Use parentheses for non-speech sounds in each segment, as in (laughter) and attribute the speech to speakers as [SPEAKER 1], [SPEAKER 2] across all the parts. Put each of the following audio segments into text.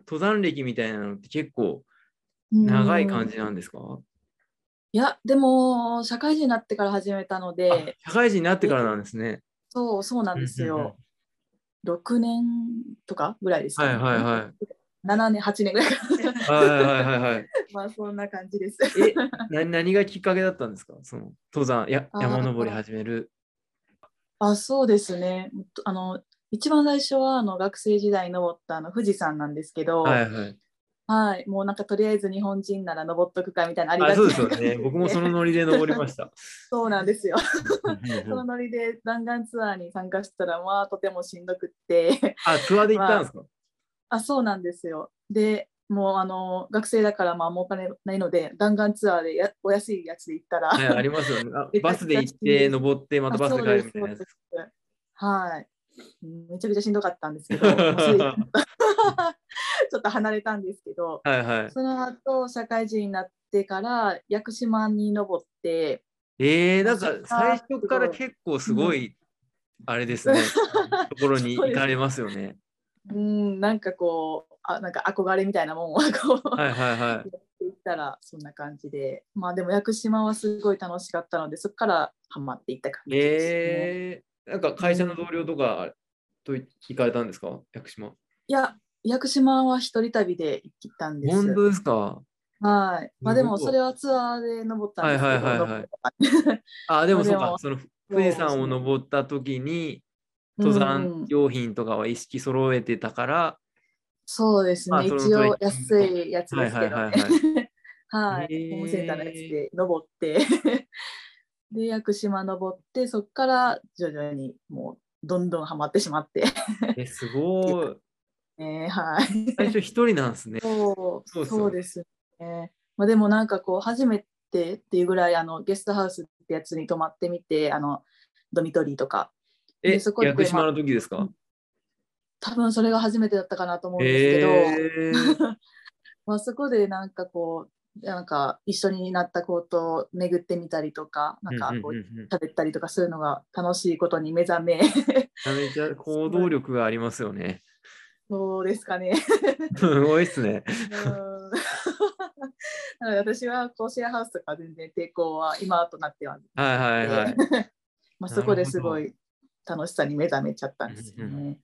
[SPEAKER 1] 登山歴みたいなのって結構長い感じなんですか
[SPEAKER 2] いや、でも、社会人になってから始めたの
[SPEAKER 1] あ
[SPEAKER 2] で、
[SPEAKER 1] 社会人になってからなんですね。
[SPEAKER 2] そう、そうなんです
[SPEAKER 1] うんうんうん
[SPEAKER 2] よ。6年とかぐらいですか
[SPEAKER 1] は
[SPEAKER 2] ね、
[SPEAKER 1] いはいはい。
[SPEAKER 2] 7年、8年ぐらいかな。
[SPEAKER 1] はいはいはいはい。
[SPEAKER 2] (laughs) まあ、そんな感じです。
[SPEAKER 1] え (laughs) な何がきっかけだったんですかその登山や
[SPEAKER 2] あー
[SPEAKER 1] 山登り始める。
[SPEAKER 2] あ、そうですね。とあの、一番最初は、あの、学生時代に登ったあの富士山なんですけど、
[SPEAKER 1] はいはい。
[SPEAKER 2] はい、もうなんかとりあえず日本人なら登っとくかみたいなありが
[SPEAKER 1] あ
[SPEAKER 2] ち
[SPEAKER 1] そうで
[SPEAKER 2] な
[SPEAKER 1] すよね。僕もそのノリで登りま (laughs) した。
[SPEAKER 2] (laughs) そうなんですよ。その
[SPEAKER 1] あ
[SPEAKER 2] ノリで弾丸ツアーに参加したら、まあとてもしんどくって、
[SPEAKER 1] ツアーで行ったんですか、
[SPEAKER 2] あ、そうなんですよ。で、もうあの学生だからまあもうお金ないので、弾丸ツアーでやお安いやつで行ったら、
[SPEAKER 1] はい、ありますよね。あ
[SPEAKER 2] (laughs) めちゃくちゃ
[SPEAKER 1] バスで行って、登って、またバスで帰るみたいなや
[SPEAKER 2] あそう
[SPEAKER 1] つ
[SPEAKER 2] で。すそうですはい。うんめちゃくちゃしんどかったんですけど、もうす
[SPEAKER 1] (laughs)
[SPEAKER 2] でにちょっと離れたんですけど、
[SPEAKER 1] はいはい。
[SPEAKER 2] その後社会人になってから屋久島に登って、
[SPEAKER 1] えー、なんか
[SPEAKER 2] そっか
[SPEAKER 1] 最初から結構すごい、あれ
[SPEAKER 2] (laughs)
[SPEAKER 1] ですね、ところに行かれますよね。
[SPEAKER 2] うん、なんかこう、あなんか憧れみたいなもんをこう、
[SPEAKER 1] はいはいはい。
[SPEAKER 2] やっていったらそんな感じで、まあでも屋久島はすごい楽しかったので、そこからハマっていった感じです、ね。
[SPEAKER 1] えー、なんか会社の同僚とかと行かれたんですか屋久島。
[SPEAKER 2] いや、屋久島は一人旅で行ったんです。
[SPEAKER 1] 本当ですか
[SPEAKER 2] はい。まあでも
[SPEAKER 1] すごい
[SPEAKER 2] それはツアーで登ったんですけど、
[SPEAKER 1] はいはいはいはい
[SPEAKER 2] どこかに
[SPEAKER 1] あ、でもそう
[SPEAKER 2] で
[SPEAKER 1] か
[SPEAKER 2] も、
[SPEAKER 1] その富士山を登った時に、登山用品とかは一式揃えてたから、
[SPEAKER 2] そうですね、
[SPEAKER 1] まあその
[SPEAKER 2] 一応
[SPEAKER 1] トレッキング
[SPEAKER 2] 安いやつ
[SPEAKER 1] は
[SPEAKER 2] で
[SPEAKER 1] い
[SPEAKER 2] す
[SPEAKER 1] は
[SPEAKER 2] け
[SPEAKER 1] い
[SPEAKER 2] ど
[SPEAKER 1] はい
[SPEAKER 2] ね。
[SPEAKER 1] はい。
[SPEAKER 2] (laughs) はい、
[SPEAKER 1] へー
[SPEAKER 2] ホームセンターのやつで登って、 (laughs) で、屋久島登って、そこから徐々にもうどんどんハマってしまって、 (laughs)
[SPEAKER 1] え、すごい。
[SPEAKER 2] ねはい。 (laughs)
[SPEAKER 1] 最初一人なんですね。
[SPEAKER 2] そう
[SPEAKER 1] そうっすよね
[SPEAKER 2] そうですね。まあ、でもなんかこう、初めてっていうぐらい、あのゲストハウスってやつに泊まってみて、あのドミトリーとか、
[SPEAKER 1] え、
[SPEAKER 2] で
[SPEAKER 1] 屋
[SPEAKER 2] そこで
[SPEAKER 1] 久島の時ですか
[SPEAKER 2] 多分それが初めてだったかなと思うんですけど、
[SPEAKER 1] えー、
[SPEAKER 2] (laughs) まあ、そこでなんかこう、なんか一緒になった子と巡ってみたりとか、なんかこ
[SPEAKER 1] う
[SPEAKER 2] う
[SPEAKER 1] んうんうんうん
[SPEAKER 2] 喋ったりとかするのが楽しいことに目覚め (laughs)
[SPEAKER 1] めちゃめちゃ行動力がありますよね。 (laughs)
[SPEAKER 2] そうですかね。 (laughs)
[SPEAKER 1] すごいっすね。
[SPEAKER 2] うん (laughs) なので私はこうシェアハウスとか全然抵抗は今となっては、
[SPEAKER 1] はいはいはい。
[SPEAKER 2] まあ、
[SPEAKER 1] なる
[SPEAKER 2] そ
[SPEAKER 1] ほど
[SPEAKER 2] こですごい楽しさに目覚めちゃったんですよ
[SPEAKER 1] うん
[SPEAKER 2] ね。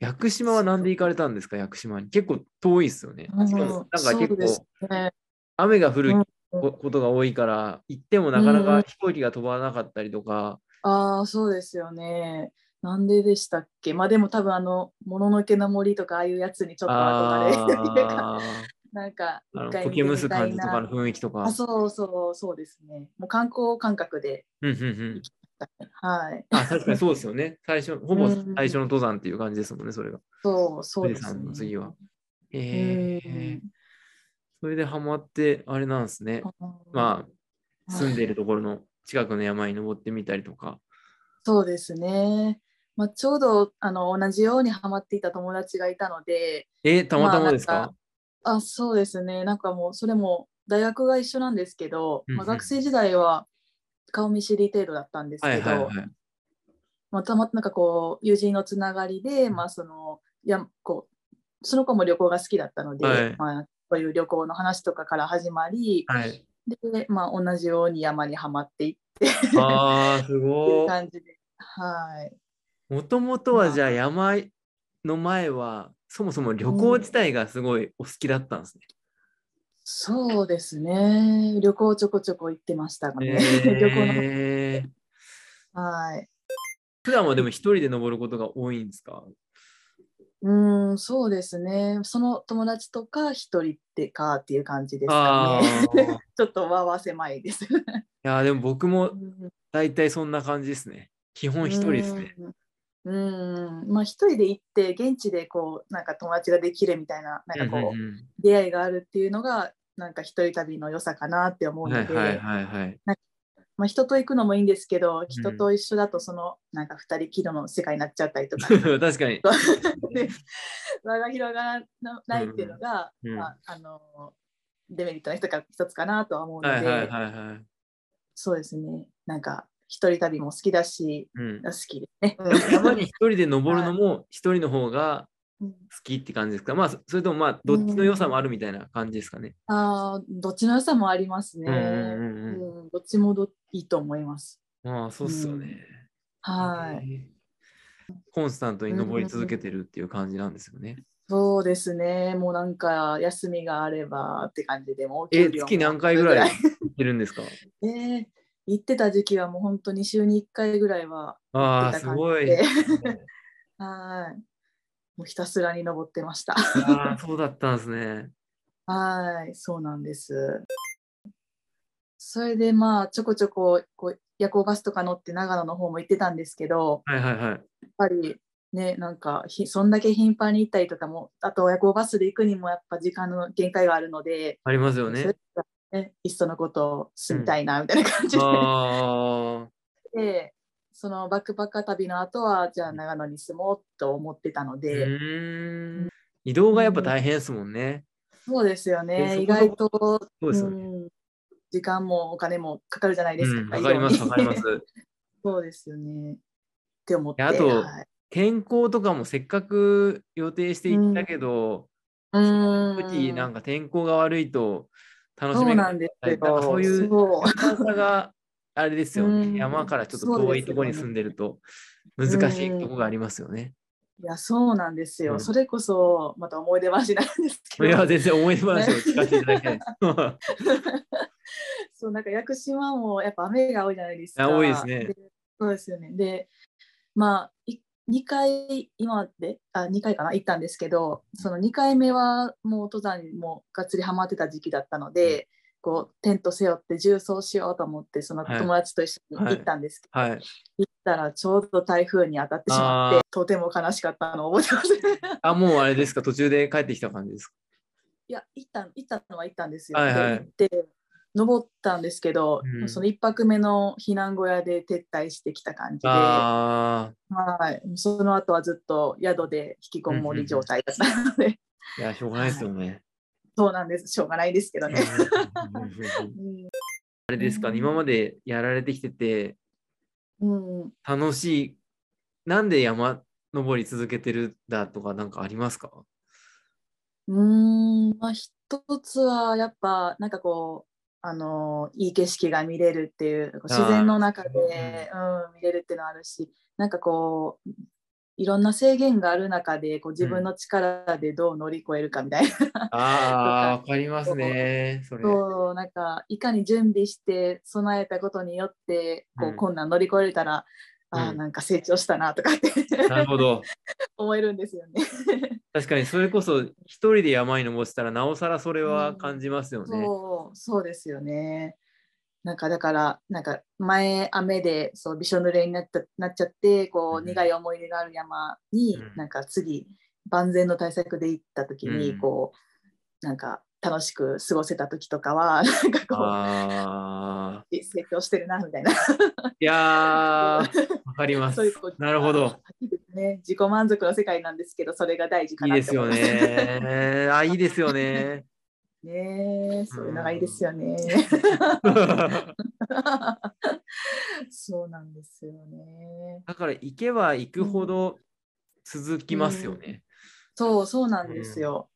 [SPEAKER 1] 屋久島はなんで行かれたんですか屋久島に。結構遠いっすよね。
[SPEAKER 2] うん
[SPEAKER 1] しかもなんか
[SPEAKER 2] そ
[SPEAKER 1] 結
[SPEAKER 2] うです
[SPEAKER 1] 構
[SPEAKER 2] ね
[SPEAKER 1] 雨が降る
[SPEAKER 2] うん
[SPEAKER 1] こことが多いから、行ってもなかな
[SPEAKER 2] うんう
[SPEAKER 1] か
[SPEAKER 2] ん
[SPEAKER 1] 飛行機が飛ばなかったりとか。
[SPEAKER 2] ああそうですよね。なんででしたっけまあでも多分あの「もののけの森」とかああいうやつにちょっと憧れっていうか
[SPEAKER 1] あ
[SPEAKER 2] (laughs) なんか
[SPEAKER 1] ーあのポ
[SPEAKER 2] 一回見
[SPEAKER 1] ケ
[SPEAKER 2] て
[SPEAKER 1] ム
[SPEAKER 2] み
[SPEAKER 1] ス
[SPEAKER 2] た
[SPEAKER 1] 感
[SPEAKER 2] い
[SPEAKER 1] じとかの
[SPEAKER 2] な。
[SPEAKER 1] 雰囲気とか。
[SPEAKER 2] あそうそうそうですね。もう観光感覚で。
[SPEAKER 1] うんうんうん
[SPEAKER 2] はい。
[SPEAKER 1] あ確かにそうですよね。最初、ほぼ
[SPEAKER 2] うん
[SPEAKER 1] 最初の登山っていう感じですもんね、それが。
[SPEAKER 2] そうそうです
[SPEAKER 1] 富士山の
[SPEAKER 2] ね。
[SPEAKER 1] 次は。
[SPEAKER 2] うん。
[SPEAKER 1] えー、それでハマって、あれなんですね。まあ、住んでいるところの近くの山に登ってみたりとか。
[SPEAKER 2] そうですね。まあ、ちょうどあの同じようにハマっていた友達がいたので、
[SPEAKER 1] えーたまたまですか,、
[SPEAKER 2] まあなんあそうですね、なんかもうそれも大学が一緒なんですけど、
[SPEAKER 1] うんうん
[SPEAKER 2] まあ、学生時代は顔見知り程度だったんです
[SPEAKER 1] は
[SPEAKER 2] け
[SPEAKER 1] いはい
[SPEAKER 2] ど
[SPEAKER 1] はい、。
[SPEAKER 2] まあたまなんかこう友人のつながりで、まあ、そのいやこうその子も旅行が好きだったので、
[SPEAKER 1] はい
[SPEAKER 2] まあ、こういう旅行の話とかから始まり、 (laughs)
[SPEAKER 1] はい、
[SPEAKER 2] でまあ、同じように山にはまっていっ
[SPEAKER 1] ああ、す
[SPEAKER 2] ていう
[SPEAKER 1] ご
[SPEAKER 2] 感じで。はい
[SPEAKER 1] い。もともとはじゃあ山の前は、そもそも旅行自体がすごいお好きだったんですね。
[SPEAKER 2] そうですね。旅行ちょこちょこ行ってましたがね。旅行
[SPEAKER 1] えー、
[SPEAKER 2] の。はい。
[SPEAKER 1] 普段はでも一人で登ることが多いんですか
[SPEAKER 2] うん、そうですね。その友達とか一人でかっていう感じですか
[SPEAKER 1] ああ
[SPEAKER 2] ね。
[SPEAKER 1] ー。い
[SPEAKER 2] (laughs) ちょっとわは狭いです。
[SPEAKER 1] や (laughs) ー、でも僕も大体そんな感じですね。基本一人ですね。
[SPEAKER 2] うん。うん、まあ一人で行って現地でこうなんか友達ができるみたいななんかこ
[SPEAKER 1] う
[SPEAKER 2] う、
[SPEAKER 1] んうん
[SPEAKER 2] 出会いがあるっていうのがなんか一人旅の良さかなって思
[SPEAKER 1] う
[SPEAKER 2] うんの
[SPEAKER 1] はい
[SPEAKER 2] で、
[SPEAKER 1] はいはいはい。
[SPEAKER 2] まあ、人と行くのもいいんですけど人と一緒だとそのなんか二人きりの世界になっちゃったり
[SPEAKER 1] (laughs)
[SPEAKER 2] とか、 (laughs)
[SPEAKER 1] 確かに。
[SPEAKER 2] で輪が広がらないっていうのが、
[SPEAKER 1] うん
[SPEAKER 2] まあ、あのデメリットの一つか一つかなとは思うので、
[SPEAKER 1] はいはいはいはい。
[SPEAKER 2] そうですねなんか一人旅も好きだし (laughs)
[SPEAKER 1] うん
[SPEAKER 2] 好きですね。
[SPEAKER 1] 山に一人で登るのも一人の方が
[SPEAKER 2] (laughs) うん
[SPEAKER 1] きって感じですかまあ、そそれともまあ、どっちの良さもあるみたいな感じですかね。
[SPEAKER 2] あーどっちの良さもあります
[SPEAKER 1] うんうん
[SPEAKER 2] ね。
[SPEAKER 1] うんうん
[SPEAKER 2] うんどっちもどいいと思います。
[SPEAKER 1] まあ、そうっすよね。
[SPEAKER 2] はい。
[SPEAKER 1] い。コンスタントに登り続けてるっていう感じなんですよね。
[SPEAKER 2] そうですね。もうなんか休みがあればって感じでも。
[SPEAKER 1] え、
[SPEAKER 2] お給料も
[SPEAKER 1] 月何回ぐらい行ってるんですか (laughs)
[SPEAKER 2] えー行ってた時期はもう本当に週に1回ぐらいは。
[SPEAKER 1] ああ、
[SPEAKER 2] 行って
[SPEAKER 1] す
[SPEAKER 2] た感じ
[SPEAKER 1] ごい。
[SPEAKER 2] ではい。もうひたすらに登ってました。
[SPEAKER 1] ああ、そうだったんですね。
[SPEAKER 2] はい、そうなんです。それでまあちょこちょここう夜行バスとか乗って長野の方も行ってたんですけど、
[SPEAKER 1] はいはいはい。
[SPEAKER 2] やっぱりね、なんかひそんだけ頻繁に行ったりとかも、あと夜行バスで行くにもやっぱ時間の限界があるので、
[SPEAKER 1] ありますよね
[SPEAKER 2] それ。だったらねいっそのことを住みたいなみたいな感じで、
[SPEAKER 1] ああ、
[SPEAKER 2] でそのバックパッカー旅の後はじゃあ長野に住もうと思ってたの
[SPEAKER 1] う
[SPEAKER 2] で、
[SPEAKER 1] ーん。移動がやっぱ大変ですもんね。
[SPEAKER 2] そうですよ
[SPEAKER 1] で
[SPEAKER 2] ね、
[SPEAKER 1] そ
[SPEAKER 2] 意
[SPEAKER 1] こそ
[SPEAKER 2] 外
[SPEAKER 1] ことそうですよね。
[SPEAKER 2] うん時間もお金もかかるじゃないで
[SPEAKER 1] う
[SPEAKER 2] す
[SPEAKER 1] ん、
[SPEAKER 2] か。
[SPEAKER 1] わかります、
[SPEAKER 2] 移動
[SPEAKER 1] わ
[SPEAKER 2] に。
[SPEAKER 1] かります。
[SPEAKER 2] そうですよね。って思って。
[SPEAKER 1] いやあと
[SPEAKER 2] はい
[SPEAKER 1] 健康とかもせっかく予定していったけど、
[SPEAKER 2] う
[SPEAKER 1] うちなん
[SPEAKER 2] ん
[SPEAKER 1] か天候が悪いと楽し
[SPEAKER 2] そ
[SPEAKER 1] め
[SPEAKER 2] う
[SPEAKER 1] な
[SPEAKER 2] ないんです
[SPEAKER 1] は
[SPEAKER 2] け
[SPEAKER 1] いなん
[SPEAKER 2] ど、
[SPEAKER 1] かそういう
[SPEAKER 2] そ
[SPEAKER 1] 寒さがあれですよ
[SPEAKER 2] う
[SPEAKER 1] ね。
[SPEAKER 2] ん
[SPEAKER 1] 山からちょっと
[SPEAKER 2] そう
[SPEAKER 1] 遠
[SPEAKER 2] で
[SPEAKER 1] い
[SPEAKER 2] す
[SPEAKER 1] と
[SPEAKER 2] よね
[SPEAKER 1] ころに住んでると難しいとこがありますよね。
[SPEAKER 2] いやそうなんですよ、
[SPEAKER 1] うん
[SPEAKER 2] それこそまた思い出話なんです
[SPEAKER 1] い
[SPEAKER 2] け
[SPEAKER 1] や、
[SPEAKER 2] ど、
[SPEAKER 1] 全然思い出話を聞かせていただきた
[SPEAKER 2] (laughs)
[SPEAKER 1] いです。
[SPEAKER 2] そうなんか屋久島もやっぱ雨が多いじゃないですか。
[SPEAKER 1] あ多いですね
[SPEAKER 2] そうですよね。で、まあい2回今まであ2回かな行ったんですけど、その2回目はもう登山にもうがっつりハマってた時期だったので、こうテント背負って重装しようと思ってその
[SPEAKER 1] はい
[SPEAKER 2] 友達と一緒に行ったんですけど、
[SPEAKER 1] はい。
[SPEAKER 2] 行ったらちょうど台風に当たってしまってとても悲しかったのを覚えてます。 (laughs)
[SPEAKER 1] あ、もうあれですか、途中で帰ってきた感じですか。
[SPEAKER 2] いや行った行ったのは行ったんですよ。
[SPEAKER 1] はいはい
[SPEAKER 2] で行って登ったんですけど、
[SPEAKER 1] うん
[SPEAKER 2] その一泊目の避難小屋で撤退してきた感じで、は
[SPEAKER 1] あ
[SPEAKER 2] い、その後はずっと宿で引きこもり状態だったので、
[SPEAKER 1] あ、いや、しょうがないですよね。
[SPEAKER 2] (laughs) そうなんですしょうがないですけどね。
[SPEAKER 1] あれですか、
[SPEAKER 2] うん
[SPEAKER 1] 今までやられてきてて、
[SPEAKER 2] うん、
[SPEAKER 1] 楽しい、なんで山登り続けてるんだとか、なんかあり
[SPEAKER 2] (laughs)
[SPEAKER 1] ますか
[SPEAKER 2] うーんまあ一つはやっぱなんかこうあのいい景色が見れるっていうこう
[SPEAKER 1] あー
[SPEAKER 2] 自然の中で、うん、見れるっていうのはあるしなんかこういろんな制限がある中でこう自分の力でどう乗り越えるかみたいな、
[SPEAKER 1] ああ、わかりますね。それ。
[SPEAKER 2] そうなんかいかに準備して備えたことによってこ
[SPEAKER 1] う
[SPEAKER 2] うん困難乗り越えれたら、あ
[SPEAKER 1] う
[SPEAKER 2] ー
[SPEAKER 1] ん
[SPEAKER 2] なんか成長したなとかって (laughs)
[SPEAKER 1] なるほど。
[SPEAKER 2] 思えるんですよね。
[SPEAKER 1] 確かにそれこそ一人で山に登ってたらなおさらそれは感じますよね。
[SPEAKER 2] そうそうですよね。なんかだからなんか前雨でそうびしょ濡れになったなっちゃってこ
[SPEAKER 1] う
[SPEAKER 2] うん苦い思い出がある山に、
[SPEAKER 1] うん
[SPEAKER 2] なんか次万全の対策で行った時に、
[SPEAKER 1] うん
[SPEAKER 2] こうなんか楽しく過ごせた時とかは (laughs) なんかこ
[SPEAKER 1] ああ。
[SPEAKER 2] う成長してるなみたいな、 (laughs)
[SPEAKER 1] いやー、わかります
[SPEAKER 2] そういうこ。う
[SPEAKER 1] なるほど。
[SPEAKER 2] ね、自己満足の世界なんですけどそれが大事か
[SPEAKER 1] いい
[SPEAKER 2] な
[SPEAKER 1] で
[SPEAKER 2] っ
[SPEAKER 1] す
[SPEAKER 2] て思
[SPEAKER 1] よ
[SPEAKER 2] います
[SPEAKER 1] ね。あ、いいですよ
[SPEAKER 2] (laughs)
[SPEAKER 1] ね。
[SPEAKER 2] ねそういうのがいいですよね。 (laughs) そうなんですよね。
[SPEAKER 1] だから行けば行くほど続きますよね。
[SPEAKER 2] そうそうなんですよ。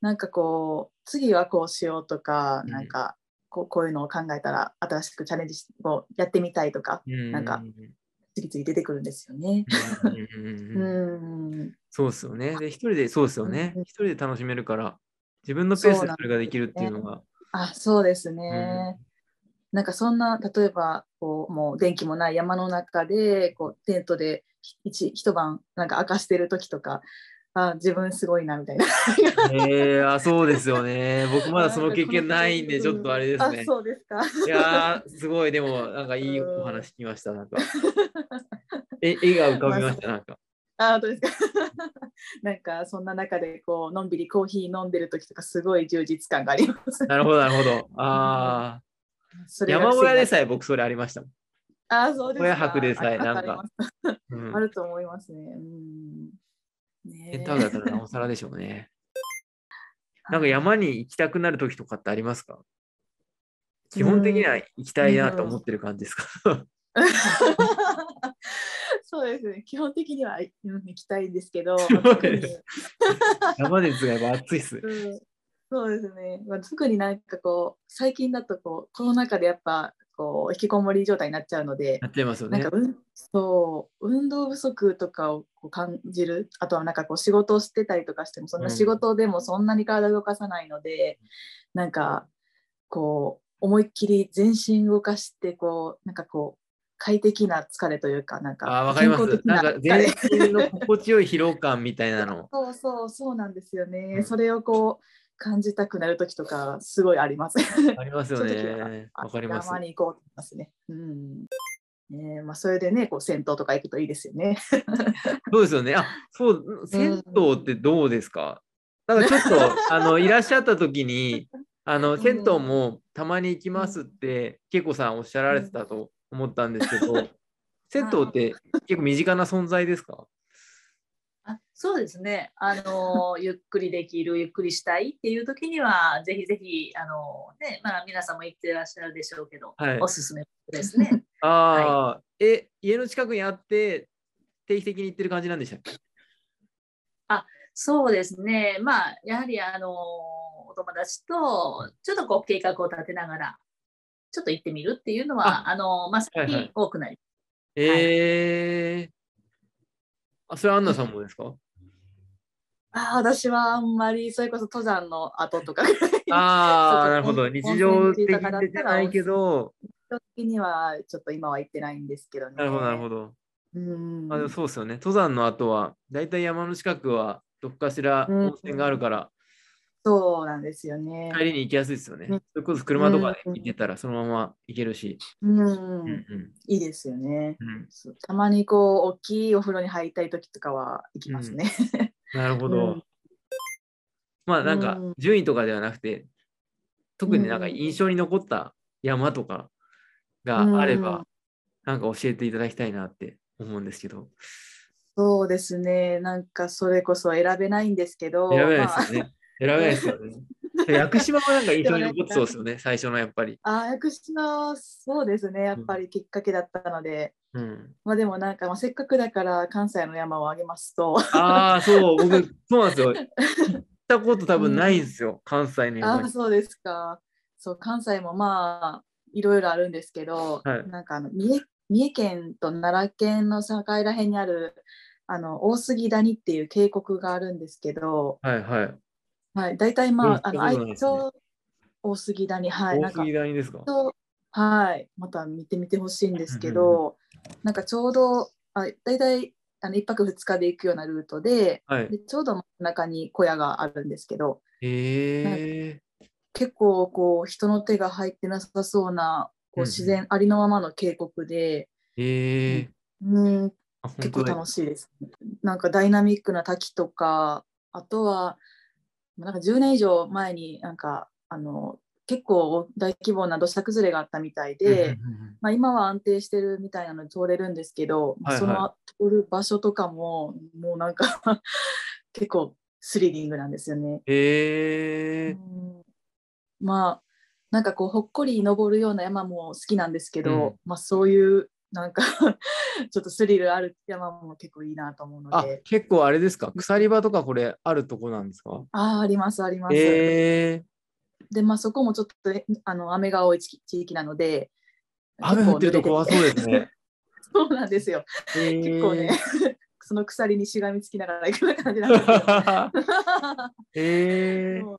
[SPEAKER 2] なんかこう次はこうしようとか、
[SPEAKER 1] うん
[SPEAKER 2] なんかこうこういうのを考えたら新しくチャレンジしこうやってみたいとか
[SPEAKER 1] う
[SPEAKER 2] なんか次々出てくるんですよね。
[SPEAKER 1] うんうんうん
[SPEAKER 2] う
[SPEAKER 1] うん
[SPEAKER 2] ん、
[SPEAKER 1] そうですよね。で、一人で、そうですよね
[SPEAKER 2] うん。
[SPEAKER 1] 一人で楽しめるから、自分のペース
[SPEAKER 2] そう
[SPEAKER 1] で
[SPEAKER 2] なん
[SPEAKER 1] それができるっていうのが。
[SPEAKER 2] あそうですね。
[SPEAKER 1] う
[SPEAKER 2] なんかそんな例えばこうもう電気もない山の中でこうテントで一一晩なんか明かしてる時とかあ自分すごいなみたいな。
[SPEAKER 1] えー、あ、そうですよね。僕まだその経験ないんで、ちょっとあれです
[SPEAKER 2] あ
[SPEAKER 1] ね。
[SPEAKER 2] そうですか。
[SPEAKER 1] いやー、すごい、でも、なんかいいお話聞きました。なんか。え、絵が浮かびました。なんか。
[SPEAKER 2] あ、どうですか。 (laughs) なんかそんな中でこうのんびりコーヒー飲んでる時とかすごい充実感があります。
[SPEAKER 1] なるほど、なるほど。あ
[SPEAKER 2] そ
[SPEAKER 1] ー。
[SPEAKER 2] れが
[SPEAKER 1] 山小屋でさ
[SPEAKER 2] 癖
[SPEAKER 1] え僕それありましたもん。
[SPEAKER 2] になるあ、そうですか。
[SPEAKER 1] 小屋泊でさえ
[SPEAKER 2] あ
[SPEAKER 1] なんか。
[SPEAKER 2] あります
[SPEAKER 1] うん
[SPEAKER 2] あると思いますね。うん。ね
[SPEAKER 1] ペンタウンだったらなおさらでしょう
[SPEAKER 2] (laughs)
[SPEAKER 1] ね。なんか山に行きたくなる時とかってありますか基本的には行きたいなと思ってる感じですか
[SPEAKER 2] (laughs) そうですね。基本的にはうん行きたいんですけ
[SPEAKER 1] (laughs)
[SPEAKER 2] ど、
[SPEAKER 1] そう
[SPEAKER 2] 特に
[SPEAKER 1] です山ですがやっぱ暑いっ
[SPEAKER 2] (laughs)
[SPEAKER 1] すね。
[SPEAKER 2] うんそうですね、まあ、特になんかこう最近だとこうコロナ禍でやっぱこう引きこもり状態になっちゃうので、
[SPEAKER 1] なっちゃいますよ
[SPEAKER 2] なん
[SPEAKER 1] ね
[SPEAKER 2] か。うんそう運動不足とかをこう感じるあとはなんかこう仕事をしてたりとかしてもそんな仕事でもそんなに体を動かさないので、なんかこう思いっきり全身動かしてこうなんかこう快適な疲れというかなんか
[SPEAKER 1] あーわかりま
[SPEAKER 2] 健康
[SPEAKER 1] す。
[SPEAKER 2] 的
[SPEAKER 1] なん
[SPEAKER 2] な
[SPEAKER 1] か
[SPEAKER 2] 疲れ。
[SPEAKER 1] 全身 (laughs) の心地よい疲労感みたいなの
[SPEAKER 2] そうそうそうなんですよね、
[SPEAKER 1] うん
[SPEAKER 2] それをこう感じたくなる時とかすごいあります。
[SPEAKER 1] ありますよ
[SPEAKER 2] (laughs) そういう時は
[SPEAKER 1] ね。 (laughs) わかります。
[SPEAKER 2] 山に行こうって言いますね。うん。ねえまあそれでねこう銭湯とか行くといいですよね。
[SPEAKER 1] そうですよね。あ、そう、銭湯ってどうですか、なんかちょっと、あの、いらっしゃった時に、あの、
[SPEAKER 2] ん
[SPEAKER 1] 銭湯もたまに行きますって、けいこさんおっしゃられてたと思ったんですけど、銭湯って結構身近な存在ですか
[SPEAKER 3] あそうですね、あ
[SPEAKER 1] (laughs)
[SPEAKER 3] のゆっくりできる、ゆっくりしたいっていう時には、ぜひぜひ、あのねまあ、皆さんも行ってらっしゃるでしょうけど、
[SPEAKER 1] はい
[SPEAKER 3] お。すすめですね。
[SPEAKER 1] (laughs) ああ、え、家の近くにあって、定期的に行ってる感じなんでしたっけ
[SPEAKER 3] そうですね、まあ、やはり、あのお友達とちょっとこう計画を立てながら、ちょっと行ってみるっていうのは、あのまあ、最
[SPEAKER 1] はいはい
[SPEAKER 3] 近多くなり、
[SPEAKER 1] ええあ、それアンナさんも
[SPEAKER 2] (laughs)
[SPEAKER 1] ですか
[SPEAKER 2] ああ私はあんまりそれこそ登山の後とかぐらい
[SPEAKER 1] あ
[SPEAKER 2] そ
[SPEAKER 1] あ、
[SPEAKER 2] う
[SPEAKER 1] なるほど。
[SPEAKER 2] 温
[SPEAKER 1] 日
[SPEAKER 2] 泉
[SPEAKER 1] 常的
[SPEAKER 2] とかだったら
[SPEAKER 1] にじゃないけど、
[SPEAKER 2] の時にはちょっと今は行ってないんですけどね。
[SPEAKER 1] なるほど、なるほ
[SPEAKER 2] ど。
[SPEAKER 1] ど。
[SPEAKER 2] うん。
[SPEAKER 1] あでもそうですよね。登山の後は、だいたい山の近くは、どこかしら
[SPEAKER 2] うん
[SPEAKER 1] 温泉があるから、
[SPEAKER 2] そうなんですよね。
[SPEAKER 1] 帰りに行きやすいですよね。
[SPEAKER 2] ね
[SPEAKER 1] それこそ車とかで
[SPEAKER 2] うんうん
[SPEAKER 1] 行けたら、そのまま行けるし。
[SPEAKER 2] うん、
[SPEAKER 1] うんうん
[SPEAKER 2] いいですよね。
[SPEAKER 1] うん
[SPEAKER 2] そうたまにこう大きいお風呂に入りたい時とかは行きますね。
[SPEAKER 1] なるほ
[SPEAKER 2] う
[SPEAKER 1] ど
[SPEAKER 2] ん。
[SPEAKER 1] まあ、なんか
[SPEAKER 2] うん、
[SPEAKER 1] 順位とかではなくて、特になんか
[SPEAKER 2] うん
[SPEAKER 1] 印象に残った山とかがあれば、なんか教えていただきたいなって思うんですけど、
[SPEAKER 2] そうですね。なんかそれこそ選べないんですけど、
[SPEAKER 1] 選べない
[SPEAKER 2] ま
[SPEAKER 1] で
[SPEAKER 2] あ
[SPEAKER 1] すよね。選べないですよ
[SPEAKER 2] (laughs)
[SPEAKER 1] ね。屋久島もなんか印象に残ってそうですよね、最初のやっぱり。
[SPEAKER 2] あー屋久島そうですねやっぱりきっかけだったので、
[SPEAKER 1] うん
[SPEAKER 2] まあでもなんかまあせっかくだから関西の山をあげますと
[SPEAKER 1] ああ、そう、
[SPEAKER 2] (laughs)
[SPEAKER 1] 僕、そうなんですよ。行ったこと多分ないんですよ、関西の
[SPEAKER 2] あ
[SPEAKER 1] 山
[SPEAKER 2] あ
[SPEAKER 1] に。
[SPEAKER 2] そうですかそう関西もまあいろいろあるんですけど、
[SPEAKER 1] はい
[SPEAKER 2] なんかあの三重三重県と奈良県の境らへんにあるあの大杉谷っていう渓谷があるんですけど、
[SPEAKER 1] はいはい。
[SPEAKER 2] はい、大体まああ
[SPEAKER 1] うん
[SPEAKER 2] の
[SPEAKER 1] 行ったことない
[SPEAKER 2] 愛
[SPEAKER 1] ですね
[SPEAKER 2] 鳥大杉谷はいな
[SPEAKER 1] 大
[SPEAKER 2] んか
[SPEAKER 1] 杉谷ですか。
[SPEAKER 2] と、はい、また見てみてほしいんですけど、なんかちょうど、あ大体あの1泊2日で行くようなルートで、
[SPEAKER 1] はい。
[SPEAKER 2] でちょうど真ん中に小屋があるんですけど、
[SPEAKER 1] ええ
[SPEAKER 2] 結構こう人の手が入ってなさそうなこ
[SPEAKER 1] うん
[SPEAKER 2] う自然ありのままの渓谷で、
[SPEAKER 1] ー。ええー。
[SPEAKER 2] うん、
[SPEAKER 1] あ、本
[SPEAKER 2] 結構
[SPEAKER 1] 当だ。
[SPEAKER 2] 楽しいです。なんかダイナミックな滝とか、あとは、なんか10年以上前になんか、あの、結構大規模な土砂崩れがあったみたいで、
[SPEAKER 1] うんうんうん
[SPEAKER 2] まあ、今は安定してるみたいなので通れるんですけど、まあ
[SPEAKER 1] はい
[SPEAKER 2] そ
[SPEAKER 1] は
[SPEAKER 2] の通る場所とかももうなんか (laughs) 結構スリリングなんですよね。
[SPEAKER 1] ええー。
[SPEAKER 2] うんまあなんかこうほっこり登るような山も好きなんですけど、
[SPEAKER 1] うん
[SPEAKER 2] まあ、そういうなんか (laughs) ちょっとスリルある山も結構いいなと思うの
[SPEAKER 1] あ
[SPEAKER 2] で、
[SPEAKER 1] 結構あれですか。鎖場とかこれあるとこなんですか。
[SPEAKER 2] ああありますあります。
[SPEAKER 1] ええー。
[SPEAKER 2] でまあそこもちょっとえあの雨が多い地地域なので (laughs)
[SPEAKER 1] 雨降ってると怖
[SPEAKER 2] 結
[SPEAKER 1] そうですね。
[SPEAKER 2] 構濡れててそうなんですよ。 (laughs) 結
[SPEAKER 1] 結
[SPEAKER 2] 構ね、 (laughs) その鎖にしがみつきながら行くような感じなんですけど。
[SPEAKER 1] (laughs) ええー。
[SPEAKER 2] そう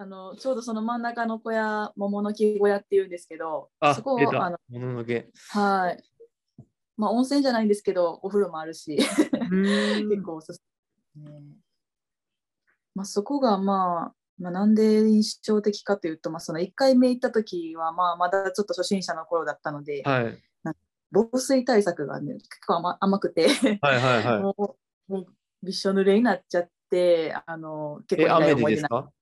[SPEAKER 2] あのちょうどその真ん中の小屋桃の木小屋っていうんですけど
[SPEAKER 1] あ、
[SPEAKER 2] そこ
[SPEAKER 1] 出た
[SPEAKER 2] あの。
[SPEAKER 1] ものの
[SPEAKER 2] (laughs)
[SPEAKER 1] け。
[SPEAKER 2] はいまあ温泉じゃないんですけどお風呂もあるし
[SPEAKER 1] 結
[SPEAKER 2] 結。構おすすめ、ねまあ、そこがまあまあ、なんで印象的かというと、まあ、その1回目行った時は、まあ、まだちょっと初心者の頃だったので、
[SPEAKER 1] はい。
[SPEAKER 2] 防水対策が、ね、結構甘甘くて、
[SPEAKER 1] はいはいはい。
[SPEAKER 2] もうもうびっしょ濡れになっちゃってあの結
[SPEAKER 1] え、
[SPEAKER 2] 構
[SPEAKER 1] 雨
[SPEAKER 2] 苦い
[SPEAKER 1] で
[SPEAKER 2] 思
[SPEAKER 1] で
[SPEAKER 2] い出
[SPEAKER 1] すか。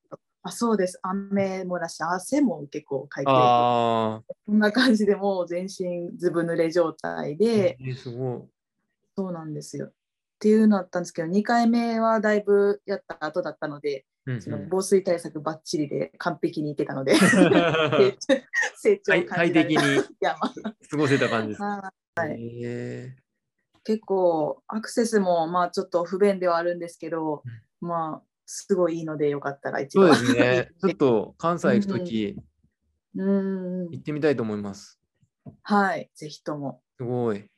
[SPEAKER 2] あそうです雨もだし汗も結構かいて
[SPEAKER 1] ああ。
[SPEAKER 2] こんな感じでもう全身ずぶ濡れ状態
[SPEAKER 1] え
[SPEAKER 2] で、
[SPEAKER 1] ー、すごい。
[SPEAKER 2] そうなんですよっていうのだったんですけど2回目はだいぶやった後だったので
[SPEAKER 1] うんうん
[SPEAKER 2] その防水対策ばっちりで完璧にいけたの
[SPEAKER 1] (laughs)
[SPEAKER 2] で成長
[SPEAKER 1] 快
[SPEAKER 2] を感
[SPEAKER 1] 快
[SPEAKER 2] じられ
[SPEAKER 1] 適
[SPEAKER 2] た
[SPEAKER 1] に
[SPEAKER 2] 山
[SPEAKER 1] 過ごせた感じですか。
[SPEAKER 2] はいはい
[SPEAKER 1] へ
[SPEAKER 2] 結構アクセスもまあちょっと不便ではあるんですけど、まあすごいいいのでよかったら
[SPEAKER 1] ー
[SPEAKER 2] 一
[SPEAKER 1] そう
[SPEAKER 2] 番
[SPEAKER 1] ですね。ちょっと関西行くとき
[SPEAKER 2] (laughs) うん
[SPEAKER 1] 行ってみたいと思います。
[SPEAKER 2] はいぜひとも
[SPEAKER 1] すごい。